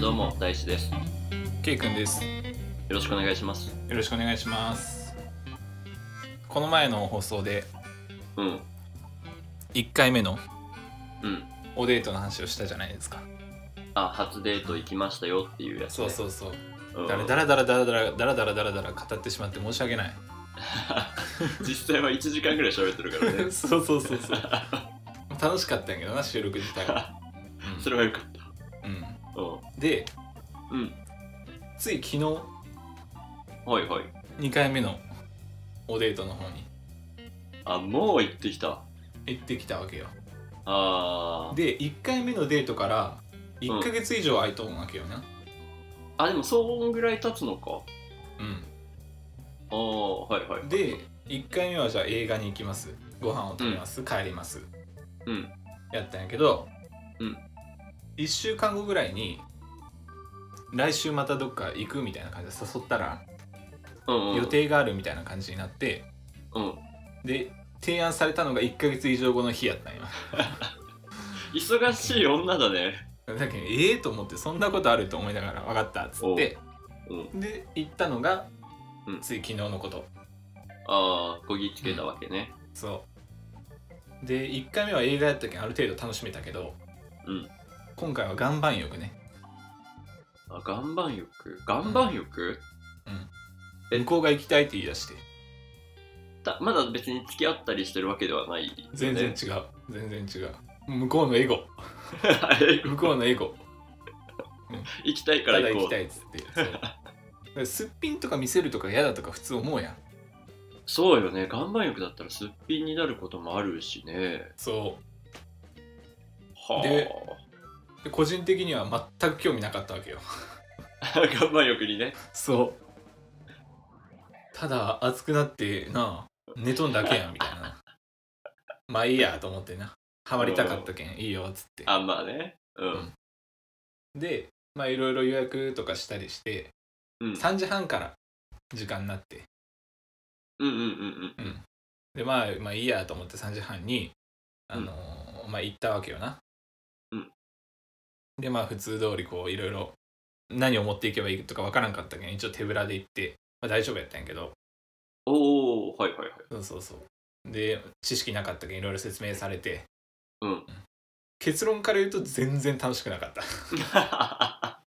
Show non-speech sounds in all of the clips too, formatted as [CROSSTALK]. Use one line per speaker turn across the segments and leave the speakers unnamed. どうも大志ですよ
K 君ですよ
ろしくお願いします
ろしくお願いしますこの前の放送で
うん
1回目の
うん
おデートの話をしたじゃないですか
あ初デート行きましたよっていうやつ、
そう
ね、
そうそう
うん、
だらだらだらだらだらだらだらだらだら語ってしまって申し訳ない
[LAUGHS] 実際は1時間ぐらい喋ってるから
[LAUGHS]
ね
そうそうそうそう楽しかったんやけどな収録 [LAUGHS] 自体は、
それはよかった
うんうんで
うんうん
つい昨日
はいはい
2回目のおデートの方に
あもう行ってきた
行ってきたわけよ
あー
で1回目のデートから1ヶ月以上空いとんわけよな
あでもそんぐらい経つのか
うん
ああはいはい
で1回目はじゃあ映画に行きますご飯を食べます、帰ります
うん
やったんやけど、
うん
1週間後ぐらいに来週またどっか行くみたいな感じで誘ったら、
うん、うん、
予定があるみたいな感じになって
うん
で提案されたのが1ヶ月以上後の日やったんや
忙しい女だね
だけどええと思ってそんなことあると思いながら分かったっつって
うん
で行ったのが、
うん
つい昨日のこと
ああこぎつけたわけね
そうで1回目は映画やったけんある程度楽しめたけど、
うん
今回は岩盤浴ね
あ岩盤浴岩盤浴、え
向こうが行きたいって言い出して
だまだ別に付き合ったりしてるわけではないよね、
全
[LAUGHS]
然違う全然違う向こうのエゴ
はい
向こうのエゴ
行きたい [LAUGHS] か
た
ら
だ
行
行
こ
き
う
たいっつってそうすっぴんとか見せるとか嫌だとか普通思うやん
そうよね岩盤浴だったらすっぴんになることもあるしね
そ
は
でうで個人的には全く興味なかったわけよ
あ [LAUGHS] 岩盤浴にね
そうただ暑くなってなあ寝とんだけやんみたいなまあいいやと思ってなハマりたかったけんいいよっつって
あまあねうん、
うんでまあいろいろ予約とかしたりして
うん、うん
3時半から時間になって
うんうんうん
でまあまあいいやと思って3時半にあのーまあ行ったわけよな
うん
でまあ普通通りこういろいろ何を持っていけばいいとかわからんかったけん一応手ぶらで行って、まあ、大丈夫やったんやけど
おおはいはいはい
そうそうそうで知識なかったけんいろいろ説明されて
うん
結論から言うと全然楽しく
[LAUGHS]
なかった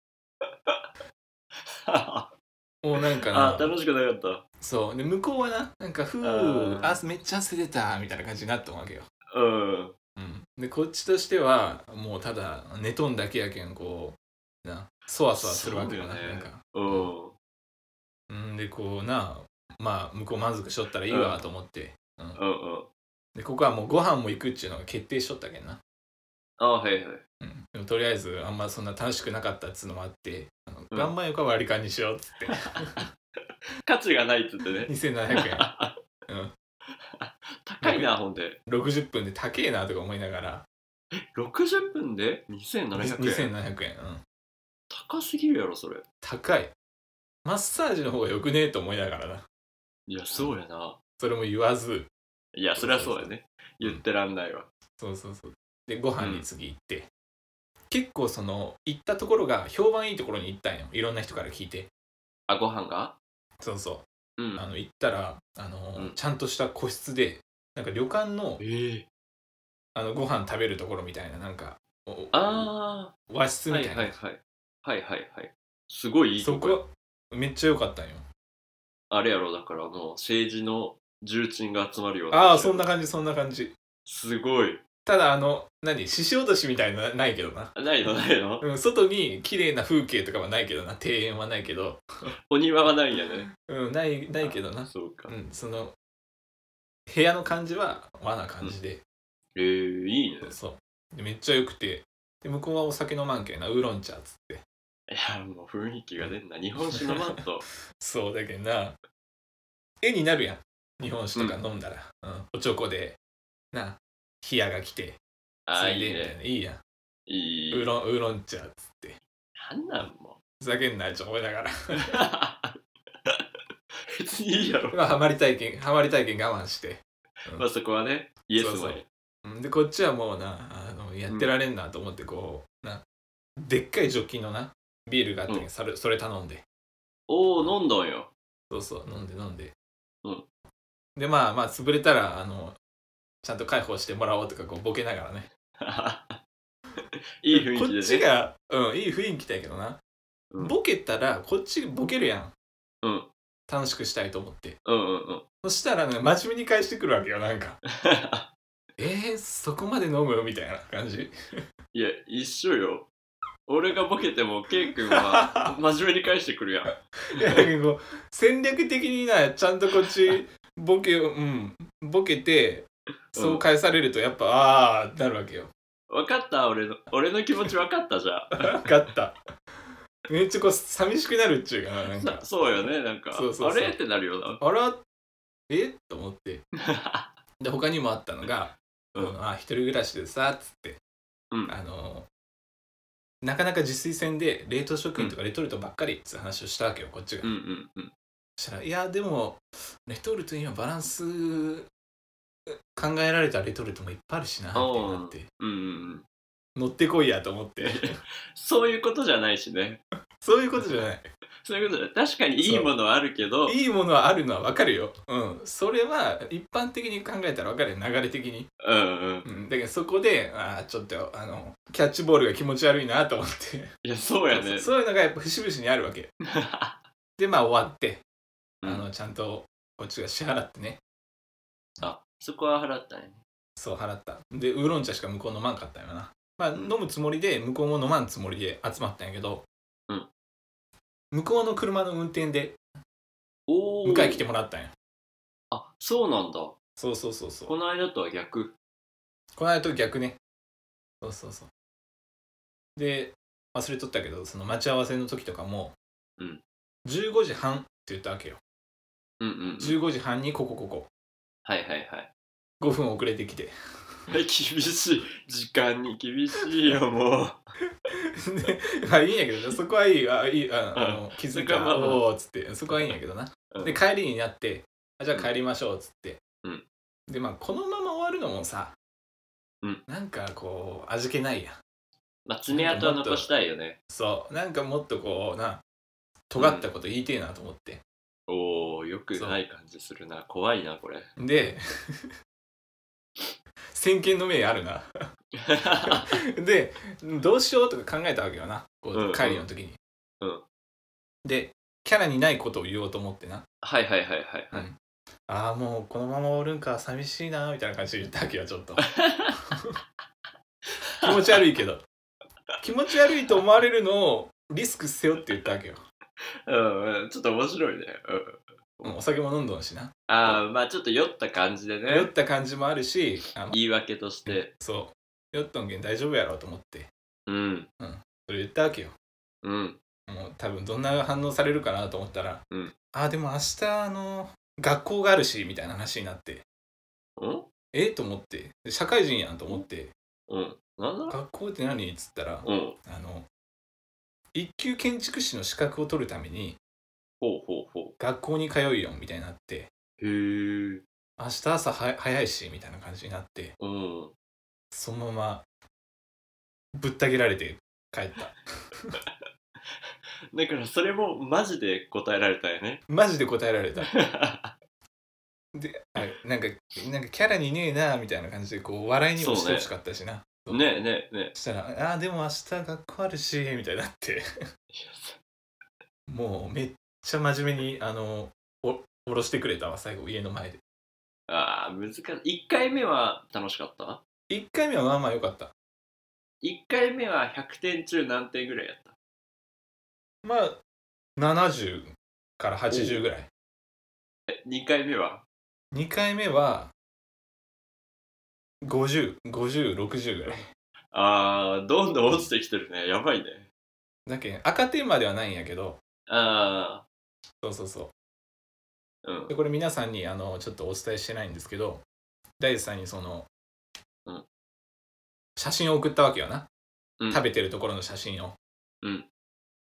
もうなんかな
あ楽しくなかった
そうで向こうはななんか「ふ
あー
うあめっちゃ汗出た」みたいな感じになったわけよ、
うん
うん、でこっちとしてはもうただ寝とんだけやけんこうなそわそわするわけよな
そうだよね
なんか
うん
うんでこうなまあ向こう満足しとったらいいわと思って、うん
うんうん
でここはもうご飯も行くっていうのが決定しとったけんな、
あはいはい
うん、でもとりあえずあんまそんな楽しくなかったっつうのもあってあの
うん
頑張よか割り勘にしようっ
[LAUGHS]
つって
価値がないっつってね
2700円、
高いなほんで
うん、60分で高えなとか思いながら
60分で2700円
2700円、うん、
高すぎるやろそれ
高いマッサージの方がよくねえと思いながらない
やそうやな
それも言わず
いやそりゃそうやね言ってらんないわ
そうそうそうでご飯に次行って、結構その行ったところが評判いいところに行ったんよいろんな人から聞いて
あご飯が
そうそうう、
ん
あの行ったらあの、
うん
ちゃんとした個室でなんか旅館の
ええ
あのご飯食べるところみたいななんかお
あ
和室
あ
み
は
たい
いはい
な、
はいはいはいはいすごいいい
そ
とこや
こめっちゃ良かったんよ
あれやろだからもう政治の重鎮が集まるような
ああそんな感じそんな感じ
すごい
ただあの何獅子落としみたいなのないけどな
ないのないの
うん、外に綺麗な風景とかはないけどな庭園はないけど、
お庭はないんやね
うん、ないないけどな、
そうか
うん、その部屋の感じは和な感じで、
えー、いいね
そうでめっちゃ良くてで向こうはお酒飲まんけんなウーロン茶っつって
いやもう雰囲気が出んな日本酒飲まん
[LAUGHS]
と
そうだけどな絵になるやん日本酒とか飲んだら、うんおちょこでな冷やが来て
ああ
つ
い
で
い
みたい
ね
ないいやん
い
ウー
い
ロンウーロン茶っつって
なんなんも
ふざけんなよちょ思いながら [LAUGHS]
う [LAUGHS] 別にいいやろ
まあハマりたいけんハマりたいけん我慢して
まあそこはねイエス
そ
も
ううんでこっちはもうなあのやってられんなと思ってこう、なでっかいジョッキのなビールがあったけ
うん
ど、それそれ頼んで
おお飲んだんや
そうそう飲んで飲んで、
うん
でまあまあ潰れたらあのちゃんと解放してもらおうとかこうボケながらね
[LAUGHS] いい雰囲気
こっ
で
ち
ね
が、うん、いい雰囲気だけどな、
うん
ボケたらこっちボケるやん、
うん
楽しくしたいと思って
うんうんうん
そしたらね真面目に返してくるわけよな
[LAUGHS]
んかえー、そこまで飲むみたいな感じ
いや一緒よ俺がボケてもケイ君
[LAUGHS]
は真面目に返してくるやん
いやなんかこう戦略的になちゃんとこっちボケをうんボケてそう返されるとやっぱ、ああーなるわ
[LAUGHS]
けよ
分かった俺の俺の気持ち分かったじゃん
分かっためっちゃこう寂しくなるっちゅうかななんか
そそうよねなんか
そうそうそう
あれってなるよな
あらえと思ってで他にもあったのが「
うん
あのあ一人暮らしでさ」っつって、
うん
あのなかなか自炊戦で冷凍食品とかレトルトばっかりっつう話をしたわけよこっちが、
[LAUGHS] うんうんうん
そしたら「いやでもレトルト今バランス考えられたレトルトもいっぱいあるしな」って
おう
なって
うんうんうん
乗ってこいやと思って
[LAUGHS] そういうことじゃないしね
そういうことじゃない
そういうことじゃない確かにいいものはあるけど
いいものはあるのはわかるよ、うん、それは一般的に考えたらわかるよ流れ的に、
うんうん
うん、だけどそこであーちょっとあのキャッチボールが気持ち悪いなと思って
いやそうや
[LAUGHS] そう
ね
そういうのがやっぱ節々にあるわけでまあ終わって、
うん
あのちゃんとこっちが支払ってね
[LAUGHS] あそこは払ったね
そう払ったでウーロン茶しか向こう飲まんかったんやなまあ飲むつもりで向こうも飲まんつもりで集まったんやけど、
うん
向こうの車の運転で
おお
迎え来てもらったんや
あそうなんだ
そうそうそうそう
この間とは逆
この間と逆ねそうそうそうで忘れとったけどその待ち合わせの時とかも、
うん
15時半って言ったわけよ
うんうんうん
15時半にここここ
はいはいはい
5分遅れてきて
厳しい [LAUGHS] 時間に厳しいよもう
で [LAUGHS] まあいいんやけどねそこはいいよあいいああの気づい
そこ
た
は
ら
まあ
おおっつってそこはいいんやけどな
うん
で帰りになってあじゃあ帰りましょうっつって、
うん
でまあこのまま終わるのもさ、
うん
なんかこう味気ないやん
まあ爪痕は残したいよね
そうなんかもっとこうな尖ったこと言いてえなと思って、
おおよくない感じするな怖いなこ [LAUGHS] れ
で [LAUGHS] 先見の明あるなでどうしようとか考えたわけよなこ
うんう
うん帰りの時に、
うん
でキャラにないことを言おうと思ってな
はいはいはいはい、はい
ああもうこのままおるんか寂しいなみたいな感じで言ったわけよちょ
[LAUGHS]
っと気持ち悪いけど気持ち悪いと思われるのをリスク背負って言ったわけよ、
うんうん、ちょっと面白いね、うん、
うんお酒も飲んどんしな
ああまあちょっと酔った感じで
酔
ね
った感じもあるしあの
言い訳として
そう酔っとんけん大丈夫やろうと思って
うん
それ言ったわけよ
うん
もう多分どんな反応されるかなと思ったら、
うん
ああでも明日あの学校があるしみたいな話になって
うん
えと思ってで社会人やんと思って
うんなんだ
学校って何っつったら
うん
あの一級建築士の資格を取るために
ほうほうほ
学校に通いよみたいになって
うへえ
明日朝は早いしみたいな感じになって
うん
そのままぶった切られて帰った
だからそれもマジで答えられたよ [LAUGHS] ね
マジで答えられたであなんかなんかキャラにねえなみたいな感じでこう笑いにもしてほしかったしなそ
ねえねえね
したら「あーでも明日学校あるし」みたいになって
えいや
もうめっちゃ真面目にあのお下ろしてくれたわ最後家の前で
ああ難しい1回目は楽しかった
1回目はまあまあ良かった
?1 回目は100点中何点ぐらいやった
まあ70から80ぐらい
え2回目は
2回目は505060ぐらい
ああどんどん落ちてきてるねやばいね
だけん赤点まではないんやけど
あ
そうそうそう
あうん
でこれ皆さんにあのちょっとお伝えしてないんですけど大地さんにその、
うん
写真を送ったわけよな、
うん
食べてるところの写真を
うん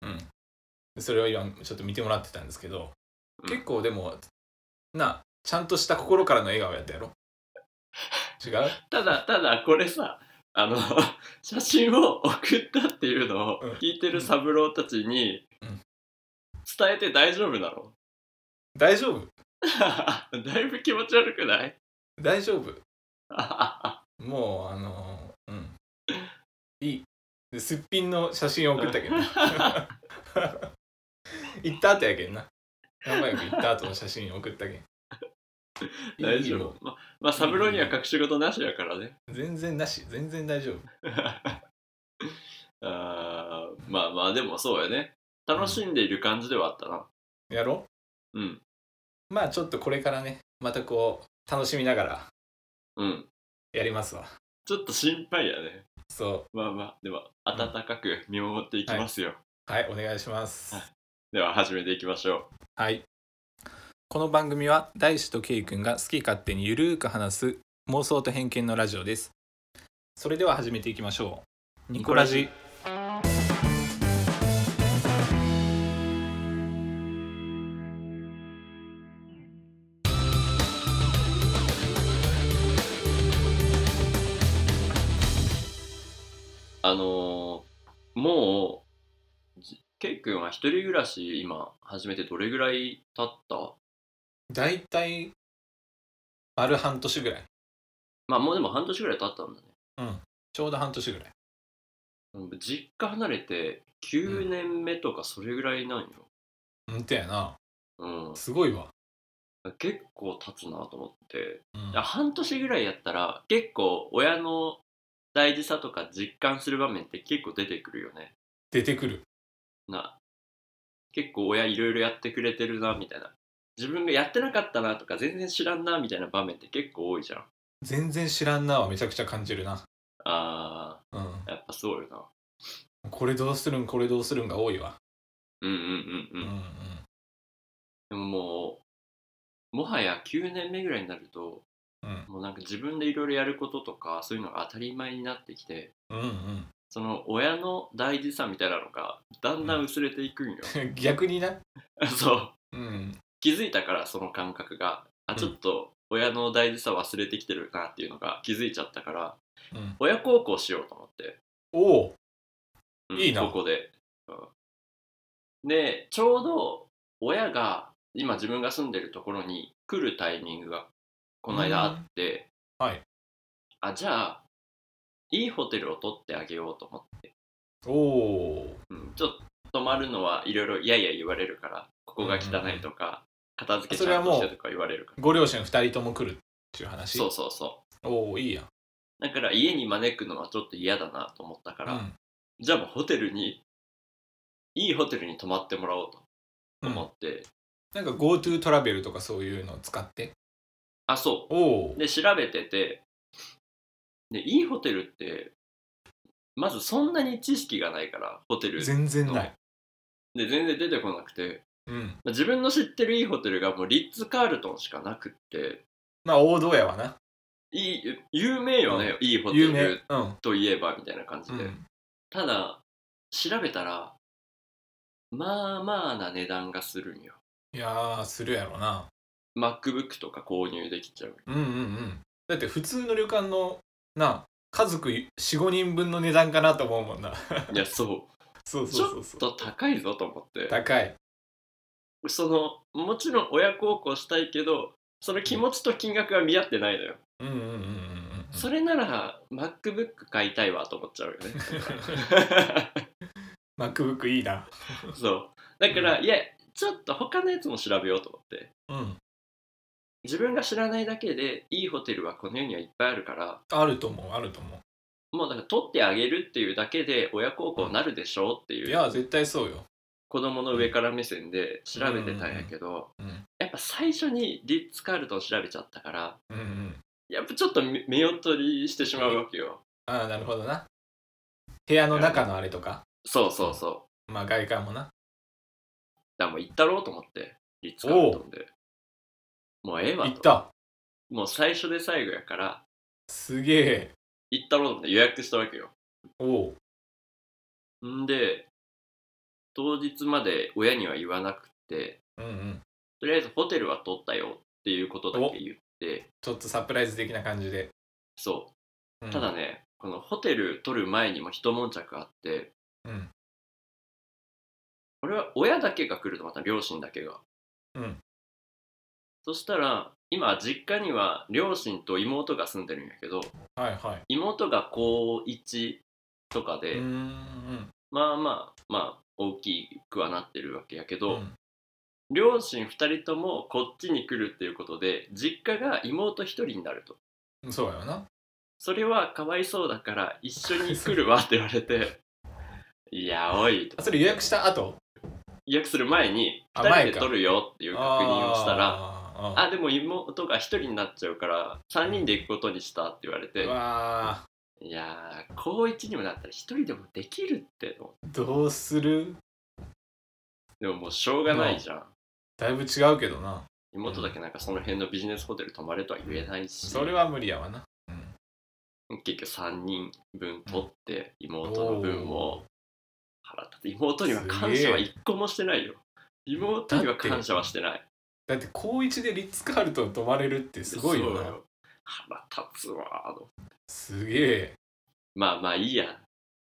うんでそれを今ちょっと見てもらってたんですけど、
うん
結構でもなちゃんとした心からの笑顔や
[LAUGHS]
ったやろ違う
[LAUGHS] ただただこれさあの写真を送ったっていうるのを
うん
聞いてる三郎たちに
うん
伝えて大丈夫なの [LAUGHS]
大丈夫
だいぶ気持ち悪くない [LAUGHS]
大丈夫もうあのーうんいいすっぴんの写真を送っ
[LAUGHS]
たけど行った後やけんな仲良く行った後の写真を送
[LAUGHS]
ったけん
大
いい
丈
よ
夫ままあ三郎には隠し事なしやからね [LAUGHS]
全然なし全然大丈夫
あーまあまあでもそうやね楽しんでいる感じではあったな
やろ
うん
うまあちょっとこれからねまたこう楽しみながら
うん
やりますわ
ちょっと心配やね
そ
まあまあでは温かく見守っていきますよ、
うはいお願いします
では始めていきましょう
はい。この番組は大志とケイ君が好き勝手にゆるーく話す妄想と偏見のラジオです。それでは始めていきましょう。ニコラジ。
あのーもうじケイ君は一人暮らし今始めてどれぐらい経った
だいたい丸半年ぐらい。
まあもうでも半年ぐらい経ったんだね
うん。ちょうど半年ぐらい。
うん実家離れて9年目とかそれぐらいなんよ、
うんてやな。
うん
すごいわ。
結構経つなと思って
うん
いや半年ぐらいやったら結構親の大事さとか実感する場面って結構出てくるよね
出てくる。
な結構親いろいろやってくれてるなみたいな自分がやってなかったなとか全然知らんなみたいな場面って結構多いじゃん
全然知らんなはめちゃくちゃ感じるな。
あ
うん。
ーやっぱそうよな
これどうするんこれどうするんが多いわ。
うんうんう
うん
うん、
ん
でももうもはや9年目ぐらいになると
うん。
もうなんか自分でいろいろやることとかそういうのが当たり前になってきて
うんうん
その親の大事さみたいなのがだんだん薄れていくんよ、
うん。 [LAUGHS] 逆にな。
[LAUGHS] そう
うん。
気づいたからその感覚があ
うん
ちょっと親の大事さ忘れてきてるなっていうのが気づいちゃったから
うん、
親孝行しようと思って、
おお
うん
いいな
ここで、うんでちょうど親が今自分が住んでるところに来るタイミングがこの間あって、
うんはい
あじゃあいいホテルを取ってあげようと思って、
おお
うんちょっと泊まるのはいろいろいやいや言われるからここが汚いとか、片付けちゃんとしてとか言われるから
ご両親2人とも来るっていう話
そうそうそう
おおいいやん
だから家に招くのはちょっと嫌だなと思ったから、じゃあもうホテルにいいホテルに泊まってもらおうと
うんうん
思って、
なんか GoTo トラベルとかそういうのを使って
あそ
おお
うで調べててでいいホテルってまずそんなに知識がないからホテルで
全然ない
全然出てこなくて
うん
まあ自分の知ってるいいホテルがもうリッツ・カールトンしかなくって
まあ王道やわない
い有名よね、いいホテ
有名
ル
うん、
といえばみたいな感じ
う
で、
ん、
ただ調べたらまあまあな値段がするんよ
いやーするやろな
MacBook とか購入できちゃう
うんうんうんだって普通の旅館のな家族45人分の値段かなと思うもんな [LAUGHS]
いやそ
そう
う
そうそう
ちょ
そ
っ
う
と高いぞと思って
高い
そのもちろん親孝行したいけどその気持ちと金額が見合ってないのよ、
うんうんうんうんうん
それなら MacBook 買いたいわと思っちゃうよね
[LAUGHS] MacBook いいな
そうだから、いやちょっと他のやつも調べようと思って
うん
自分が知らないだけでいいホテルはこの世にはいっぱいあるから
あると思うあると思
もうだから取ってあげるっていうだけで親孝行になるでしょうっていうう
いや絶対そうよ
子供の上から目線で調べてたんやけど、
うんうんうん
やっぱ最初にリッツ・カールトン調べちゃったから
うんうん
やっぱちょっとめ目を取りしてしまうわけよ、
ああなるほどな部屋の中のあれとか
そうそうそう
まあ外観もな
だからもう行ったろうと思ってリッツ・カールトンでもうええわ
行
と
った
もう最初で最後やから
すげえ
行ったろうと思って予約したわけよ
おうん
で当日まで親には言わなくて
うんうん
とりあえずホテルは取ったよっていうことだけ言って
ちょっとサプライズ的な感じで、
そう
うん
ただね、このホテル取る前にも一悶着あって
うん
俺は親だけが来るとまた両親だけが
うん
そしたら今実家には両親と妹が住んでるんやけど
はいはい
妹が高1とかで、
うーん
まあまあまあ大きくはなってるわけやけ
うん
ど、両親2人ともこっちに来るっていうことで実家が妹1人になると
うんそうやよな
それはかわいそうだから一緒に来るわって言われ
[LAUGHS]
ていやおいと
あそれ予約した後
予約する前に
あ
2
前
人
か
で取るよっていう確認をしたら
あー
あでも妹が1人になっちゃうから3人で行くことにしたって言われて
うわ
いやー高1にもなったら1人でもできるって思って
ーどうする
でももうしょうがないじゃん
だいぶ違うけどな
妹だけなんかその辺のビジネスホテル泊まれとは言えないし
それは無理やわな
結局3人分取って妹の分を払った妹には感謝は一個もしてないよ妹には感謝はしてない
だって高一でリッツ・カールトン泊まれるってすごいよ
そう
な
腹立つわーと
すげえ
まあまあいいや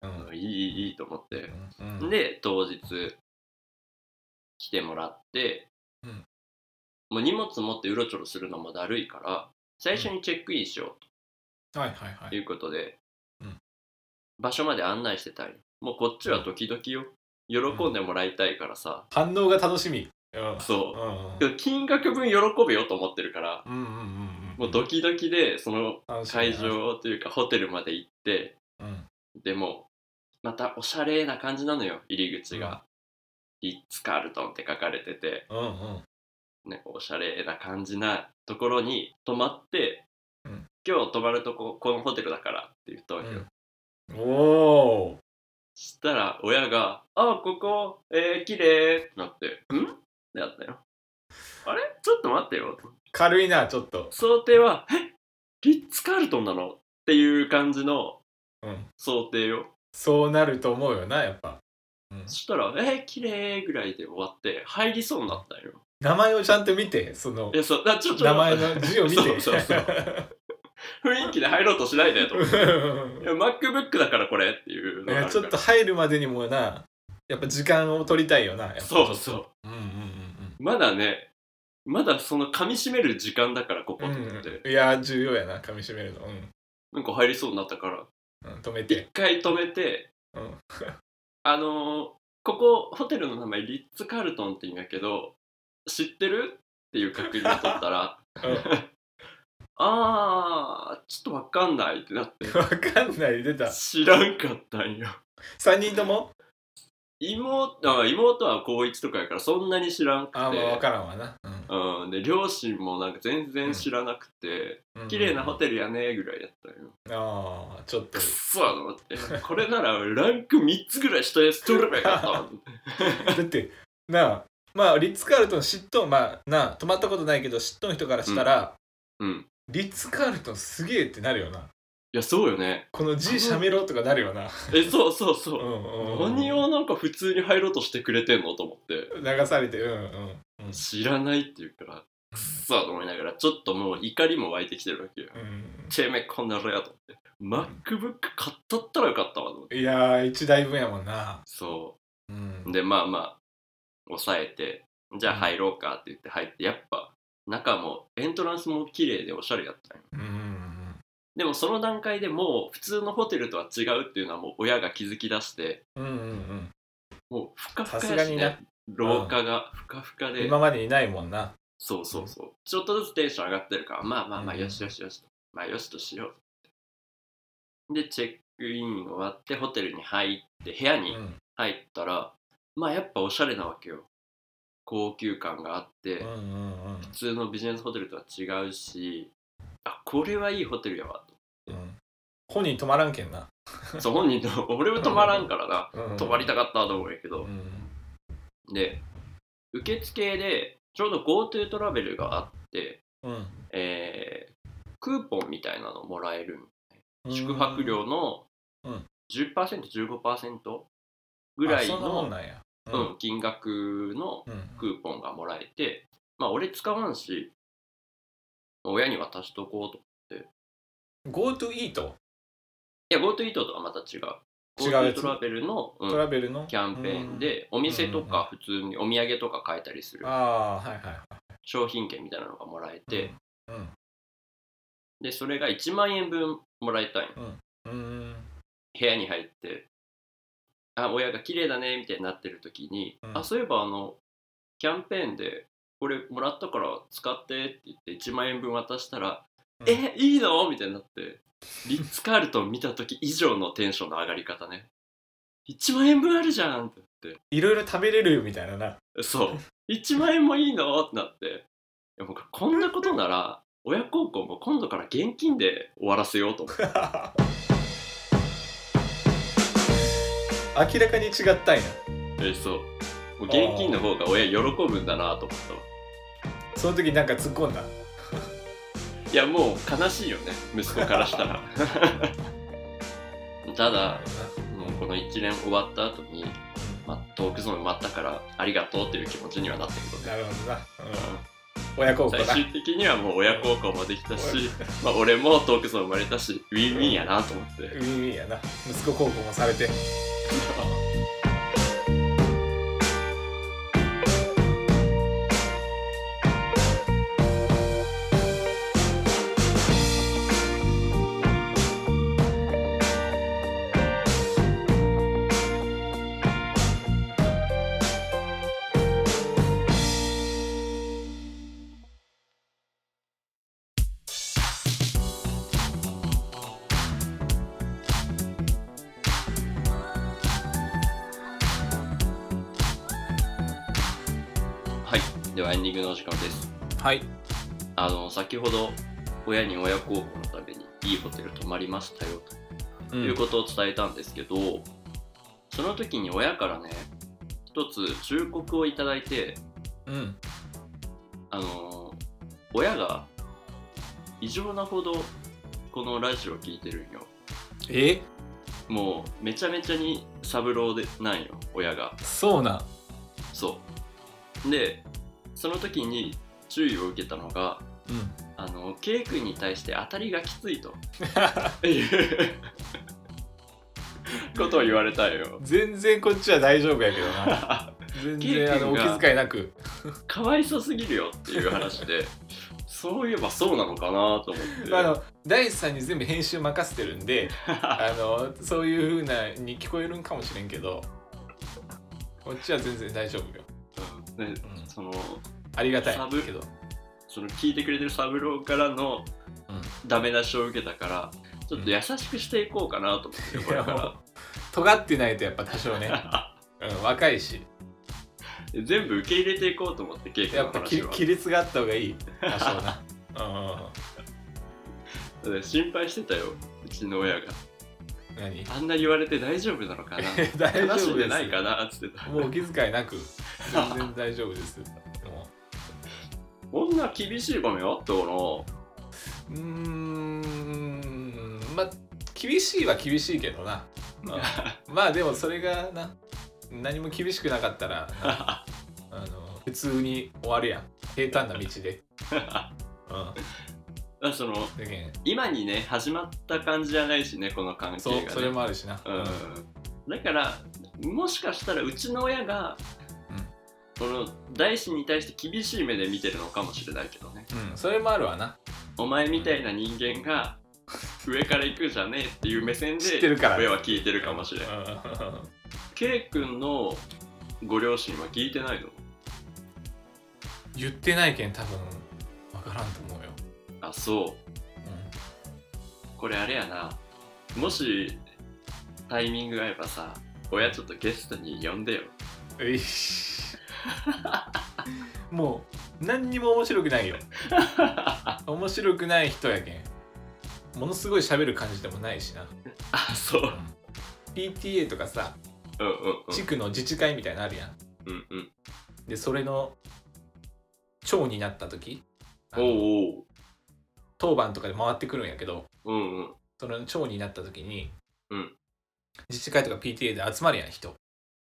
うん
いいいいいいと思って
うんうん
で当日来てもらって、
うん
もう荷物持ってうろちょろするのもだるいから最初にチェックインしよ
はいはいは
うと
い
いうことで、
うん
場所まで案内してたりもうこっちは時々よ喜んでもらいたいからさ、
反応が楽しみうん
そう
うん
けど金額分喜べよと思ってるから
うんうんうん
もうドキドキでその
楽しみ
会
だな
場というかホテルまで行って
うん
でもまたおしゃれな感じなのよ入り口が、リッツ・カールトンって書かれてて
うんうん
なんかおしゃれな感じなところに泊まって、
うん
今日泊まるとここのホテルだからって言ったわけよ、
おお
したら親が「あここえー、綺麗ってなって「ん?」ってなったよあれちょっと待ってよ
軽いなちょっと
想定は「えリッツ・カールトンなの?」っていう感じの
うん
想定よ
そうなると思うよなやっぱうん
そしたら「えー、綺麗ぐらいで終わって入りそうになったんよ
名前をちゃんと見てその
いやそうだちょちょ
名前の字を見て
そうそうそう雰囲気で入ろうとしないでと思っていや MacBook だからこれっていう
[LAUGHS]
の
い
があ
や
る
ち
か
ょっ
ら
と入るまでにもなやっぱ時間を取りたいよなやっぱ
そうそう
うんうん
まだねまだその噛み締める時間だからここっ
うんう
て
ん
思って、
うんいや重要やな噛み締めるのう
なんか入りそうになったから
ん、うん、止め
一
て
回止めて
うん [LAUGHS]
あのーここホテルの名前リッツ・カールトンって言うんやけど知ってるっていう確認を取った
[LAUGHS]
ら [LAUGHS] あーちょっとわかんないってなって
わかんない出た
知らんかったんよ
3人とも
妹あ妹は高1とかやからそんなに知らんくて
あーまあわからんわな、うん
うん、で両親もなんか全然知らなくて、
うん、
綺麗なホテルやねぐらいだったのよ
ああちょっ
く
と
っそと思ってこれならランク3つぐらい下で取ればよかったわ
だってなあまあリッツ・カールトン知っとんまあなあ泊まったことないけど知っとん人からしたら、
うん
リッツ・カールトンすげえってなるよない
やそうよね
この字しゃめろとかなるよな
えそうそう
う
そう、
んうんうん
何をなんか普通に入ろうとしてくれてんのと思って
流されてうんうんうん
知らないっていうからくっそと思いながらちょっともう怒りも湧いてきてるわけよ
うん
てめえこんなのやと思って MacBook 買ったったらよかったわと思って
いやー一大分やもんな
そう
うん
でまあまあ抑えてじゃあ入ろうかって言って入ってやっぱ中もエントランスも綺麗でおしゃれやったんよ
うんうん
でもその段階でもう普通のホテルとは違うっていうのはもう親が気づき出して
うんうんうん
もうふかふ
さす
か
が
やし
にな
ね廊下がふかふか
うん
で
今までにないもんな
そうそうそうちょっとずつテンション上がってるからまあまあまあ
うん
よしよしよしとまあよしとしようでチェックイン終わってホテルに入って部屋
う
に
ん
入ったらまあやっぱおしゃれなわけよ高級感があって、
うんうんうん
普通のビジネスホテルとは違うしあこれはいいホテルやわ
うん本人止まらんけんな
とそう本人と俺は泊まらんからな
止
泊まり
た
たかったと思うんやけどで受付でちょうど GoTo トラベルがあって、えークーポンみたいなのもらえる宿泊料の
うん
10%15% ぐらい
あそんなもん
の、
なんや
うん、金額の
うん
クーポンがもらえてまあ俺使わんし親に渡しとこうと
GoTo イート
いや GoTo イートとはまた違う
違うや
GoTo
つ
トラベルの、うん
トラベルの
キャンペーン、で、お店とか普通にお土産とか買えたりす
うん
る
ああはいはい
商品券みたいなのがもらえて、
うん
で、それが1万円分もらえたんよ
うん
部屋に入って、あ、親が綺麗だねみたいになってる時に、
うん
あ、そういえばあの、キャンペーンで、これもらったから使ってって言って1万円分渡したら、
うん
え、いいのみたいになって、リッツ・カールトン見た時以上のテンションの上がり方ね。1万円分あるじゃんって言って。
いろいろ食べれるみたいなな
そう。1万円もいいのってなって。いや僕こんなことなら、親孝行も今度から現金で終わらせようと思って。
明らかに違ったんや
えそう。もう現金の方が親喜ぶんだなと思ったわ
その時なんか突っ込んだ
いや、もう悲しいよね。息子からしたら。 [LAUGHS] ただ、もうこの一連終わった後に、まあ、トークゾーン埋まったから、ありがとうっていう気持ちにはなったけどね。
なるほどな、うん、親孝行
最
だ
終的にはもう親孝行もできたし、まあ、俺もトークゾーン生まれたし、ウィンウィンやなと思って。
ウィンウィンやな息子孝行もされて
はい、ではエンディングのお時間です。
はい
あの先ほど親に親孝行のためにいいホテル泊まりましたよ
う
と
ん
いうことを伝えたんですけど、その時に親からね一つ忠告をいただいて
うん
あの親が異常なほどこのラジオを聞いてるんよ
え
もうめちゃめちゃにサブローでなんよ親が
そうなん
そうでその時に注意を受けたのが
うん
あの K 君に対して当たりがきつい
[LAUGHS]
ということを言われたよ
全然こっちは大丈夫やけどな
[LAUGHS]
全
ケイ君
然あのお気
が
遣いなく
かわいそうすぎるよっていう話でそういえばそうなのかなと思って、
[LAUGHS] まああの大地さんに全部編集任せてるん
[LAUGHS]
であのそういうふうなに聞こえるんかもしれんけどこっちは全然大丈夫よ、
うんで
うん
その
ありがたい
寒い
けど
その聞いてくれてる三郎からの
うん
ダメ出しを受けたからちょっと優しくしていこうかなと思ってこれか
いやも
ら
尖ってないとやっぱ多
[LAUGHS]
少ね、うん、若いし
で全部受け入れていこうと思って K 君
や
の
っぱき
話は
規律があった方がいい多少
[LAUGHS]
なう
で心配してたようちの親が
んうんうん何
あんな言われて大丈夫なのかな
[LAUGHS] 大丈夫
悲
です
しんでないかなっつってた
もうお気遣いなく全然大丈夫
[LAUGHS]
ですもう
こんな厳しい場面あったかな
うーんまあ厳しいは厳しいけどな、
[LAUGHS]
うんまあでもそれがな何も厳しくなかっ
[LAUGHS]
たらあの普通に終わるやん平坦な道で、う
あその
ん、だけん
今にね始まった感じじゃないしねこの関係
そ
が、
う
ね、
それもあるしな、
うんだからもしかしたらうちの親が、この大志に対して厳しい目で見てるのかもしれないけどね
うんそれもあるわな
お前みたいな人間が上から行くじゃねえっていう目線で
知ってるから
親は聞いてるかもしれない
うん
K 君のご両親は聞いてないの
言ってないけん多分わからんと思うよ、
あそう
う
これあれやなもしタイミングが合えばさ親ちょっとゲストに呼んでよ
ん、ういっしもう何にも面白くないよ面白くない人やけんものすごい喋る感じでもないしな
あそう
PTA とかさ
うんうん
地区の自治会みたいなのあるやん
うんうんうん
でそれの長になった時あの
おう
当番とかで回ってくるんやけど
おううんうん
その長になった時に、
うん
自治会とか PTA で集まるやん人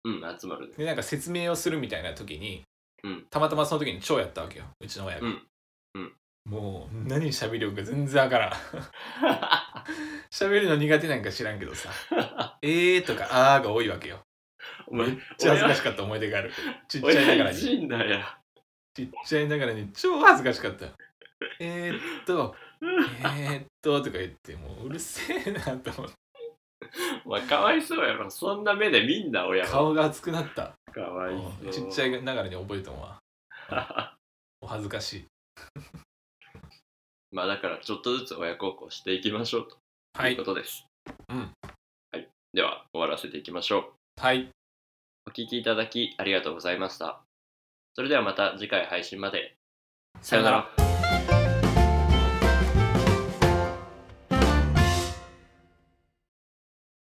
うん集まるね
でなんか説明をするみたいな時に、
うん
たまたまその時に長やったわけようちの親が、
うんうん
もう何喋りようか全然わからん [LAUGHS] 喋るの苦手なんか知らんけ
[LAUGHS]
どさ「えー」とか「あー」が多いわけよ
お
め
前
っちゃ恥ずかしかった思い出があるちっちゃいな
親
がらに
父んだよ
ちっちゃいながらに超恥ずかしかった。えー、っと、えー、っととか言って、もううるせえなと
[LAUGHS]
思って。
お前かわいそうやろそんな目でみんな親は
顔が熱くなった。
かわいそう
ちっちゃ
い
いながらに覚えたもんわ。お恥ずかしい。
[LAUGHS] まあだからちょっとずつ親孝行していきましょうと
はいいう
こ。とです、
うん
はい、では終わらせていきましょう
はい。
お聞きいただきありがとうございましたそれではまた次回配信までさようなら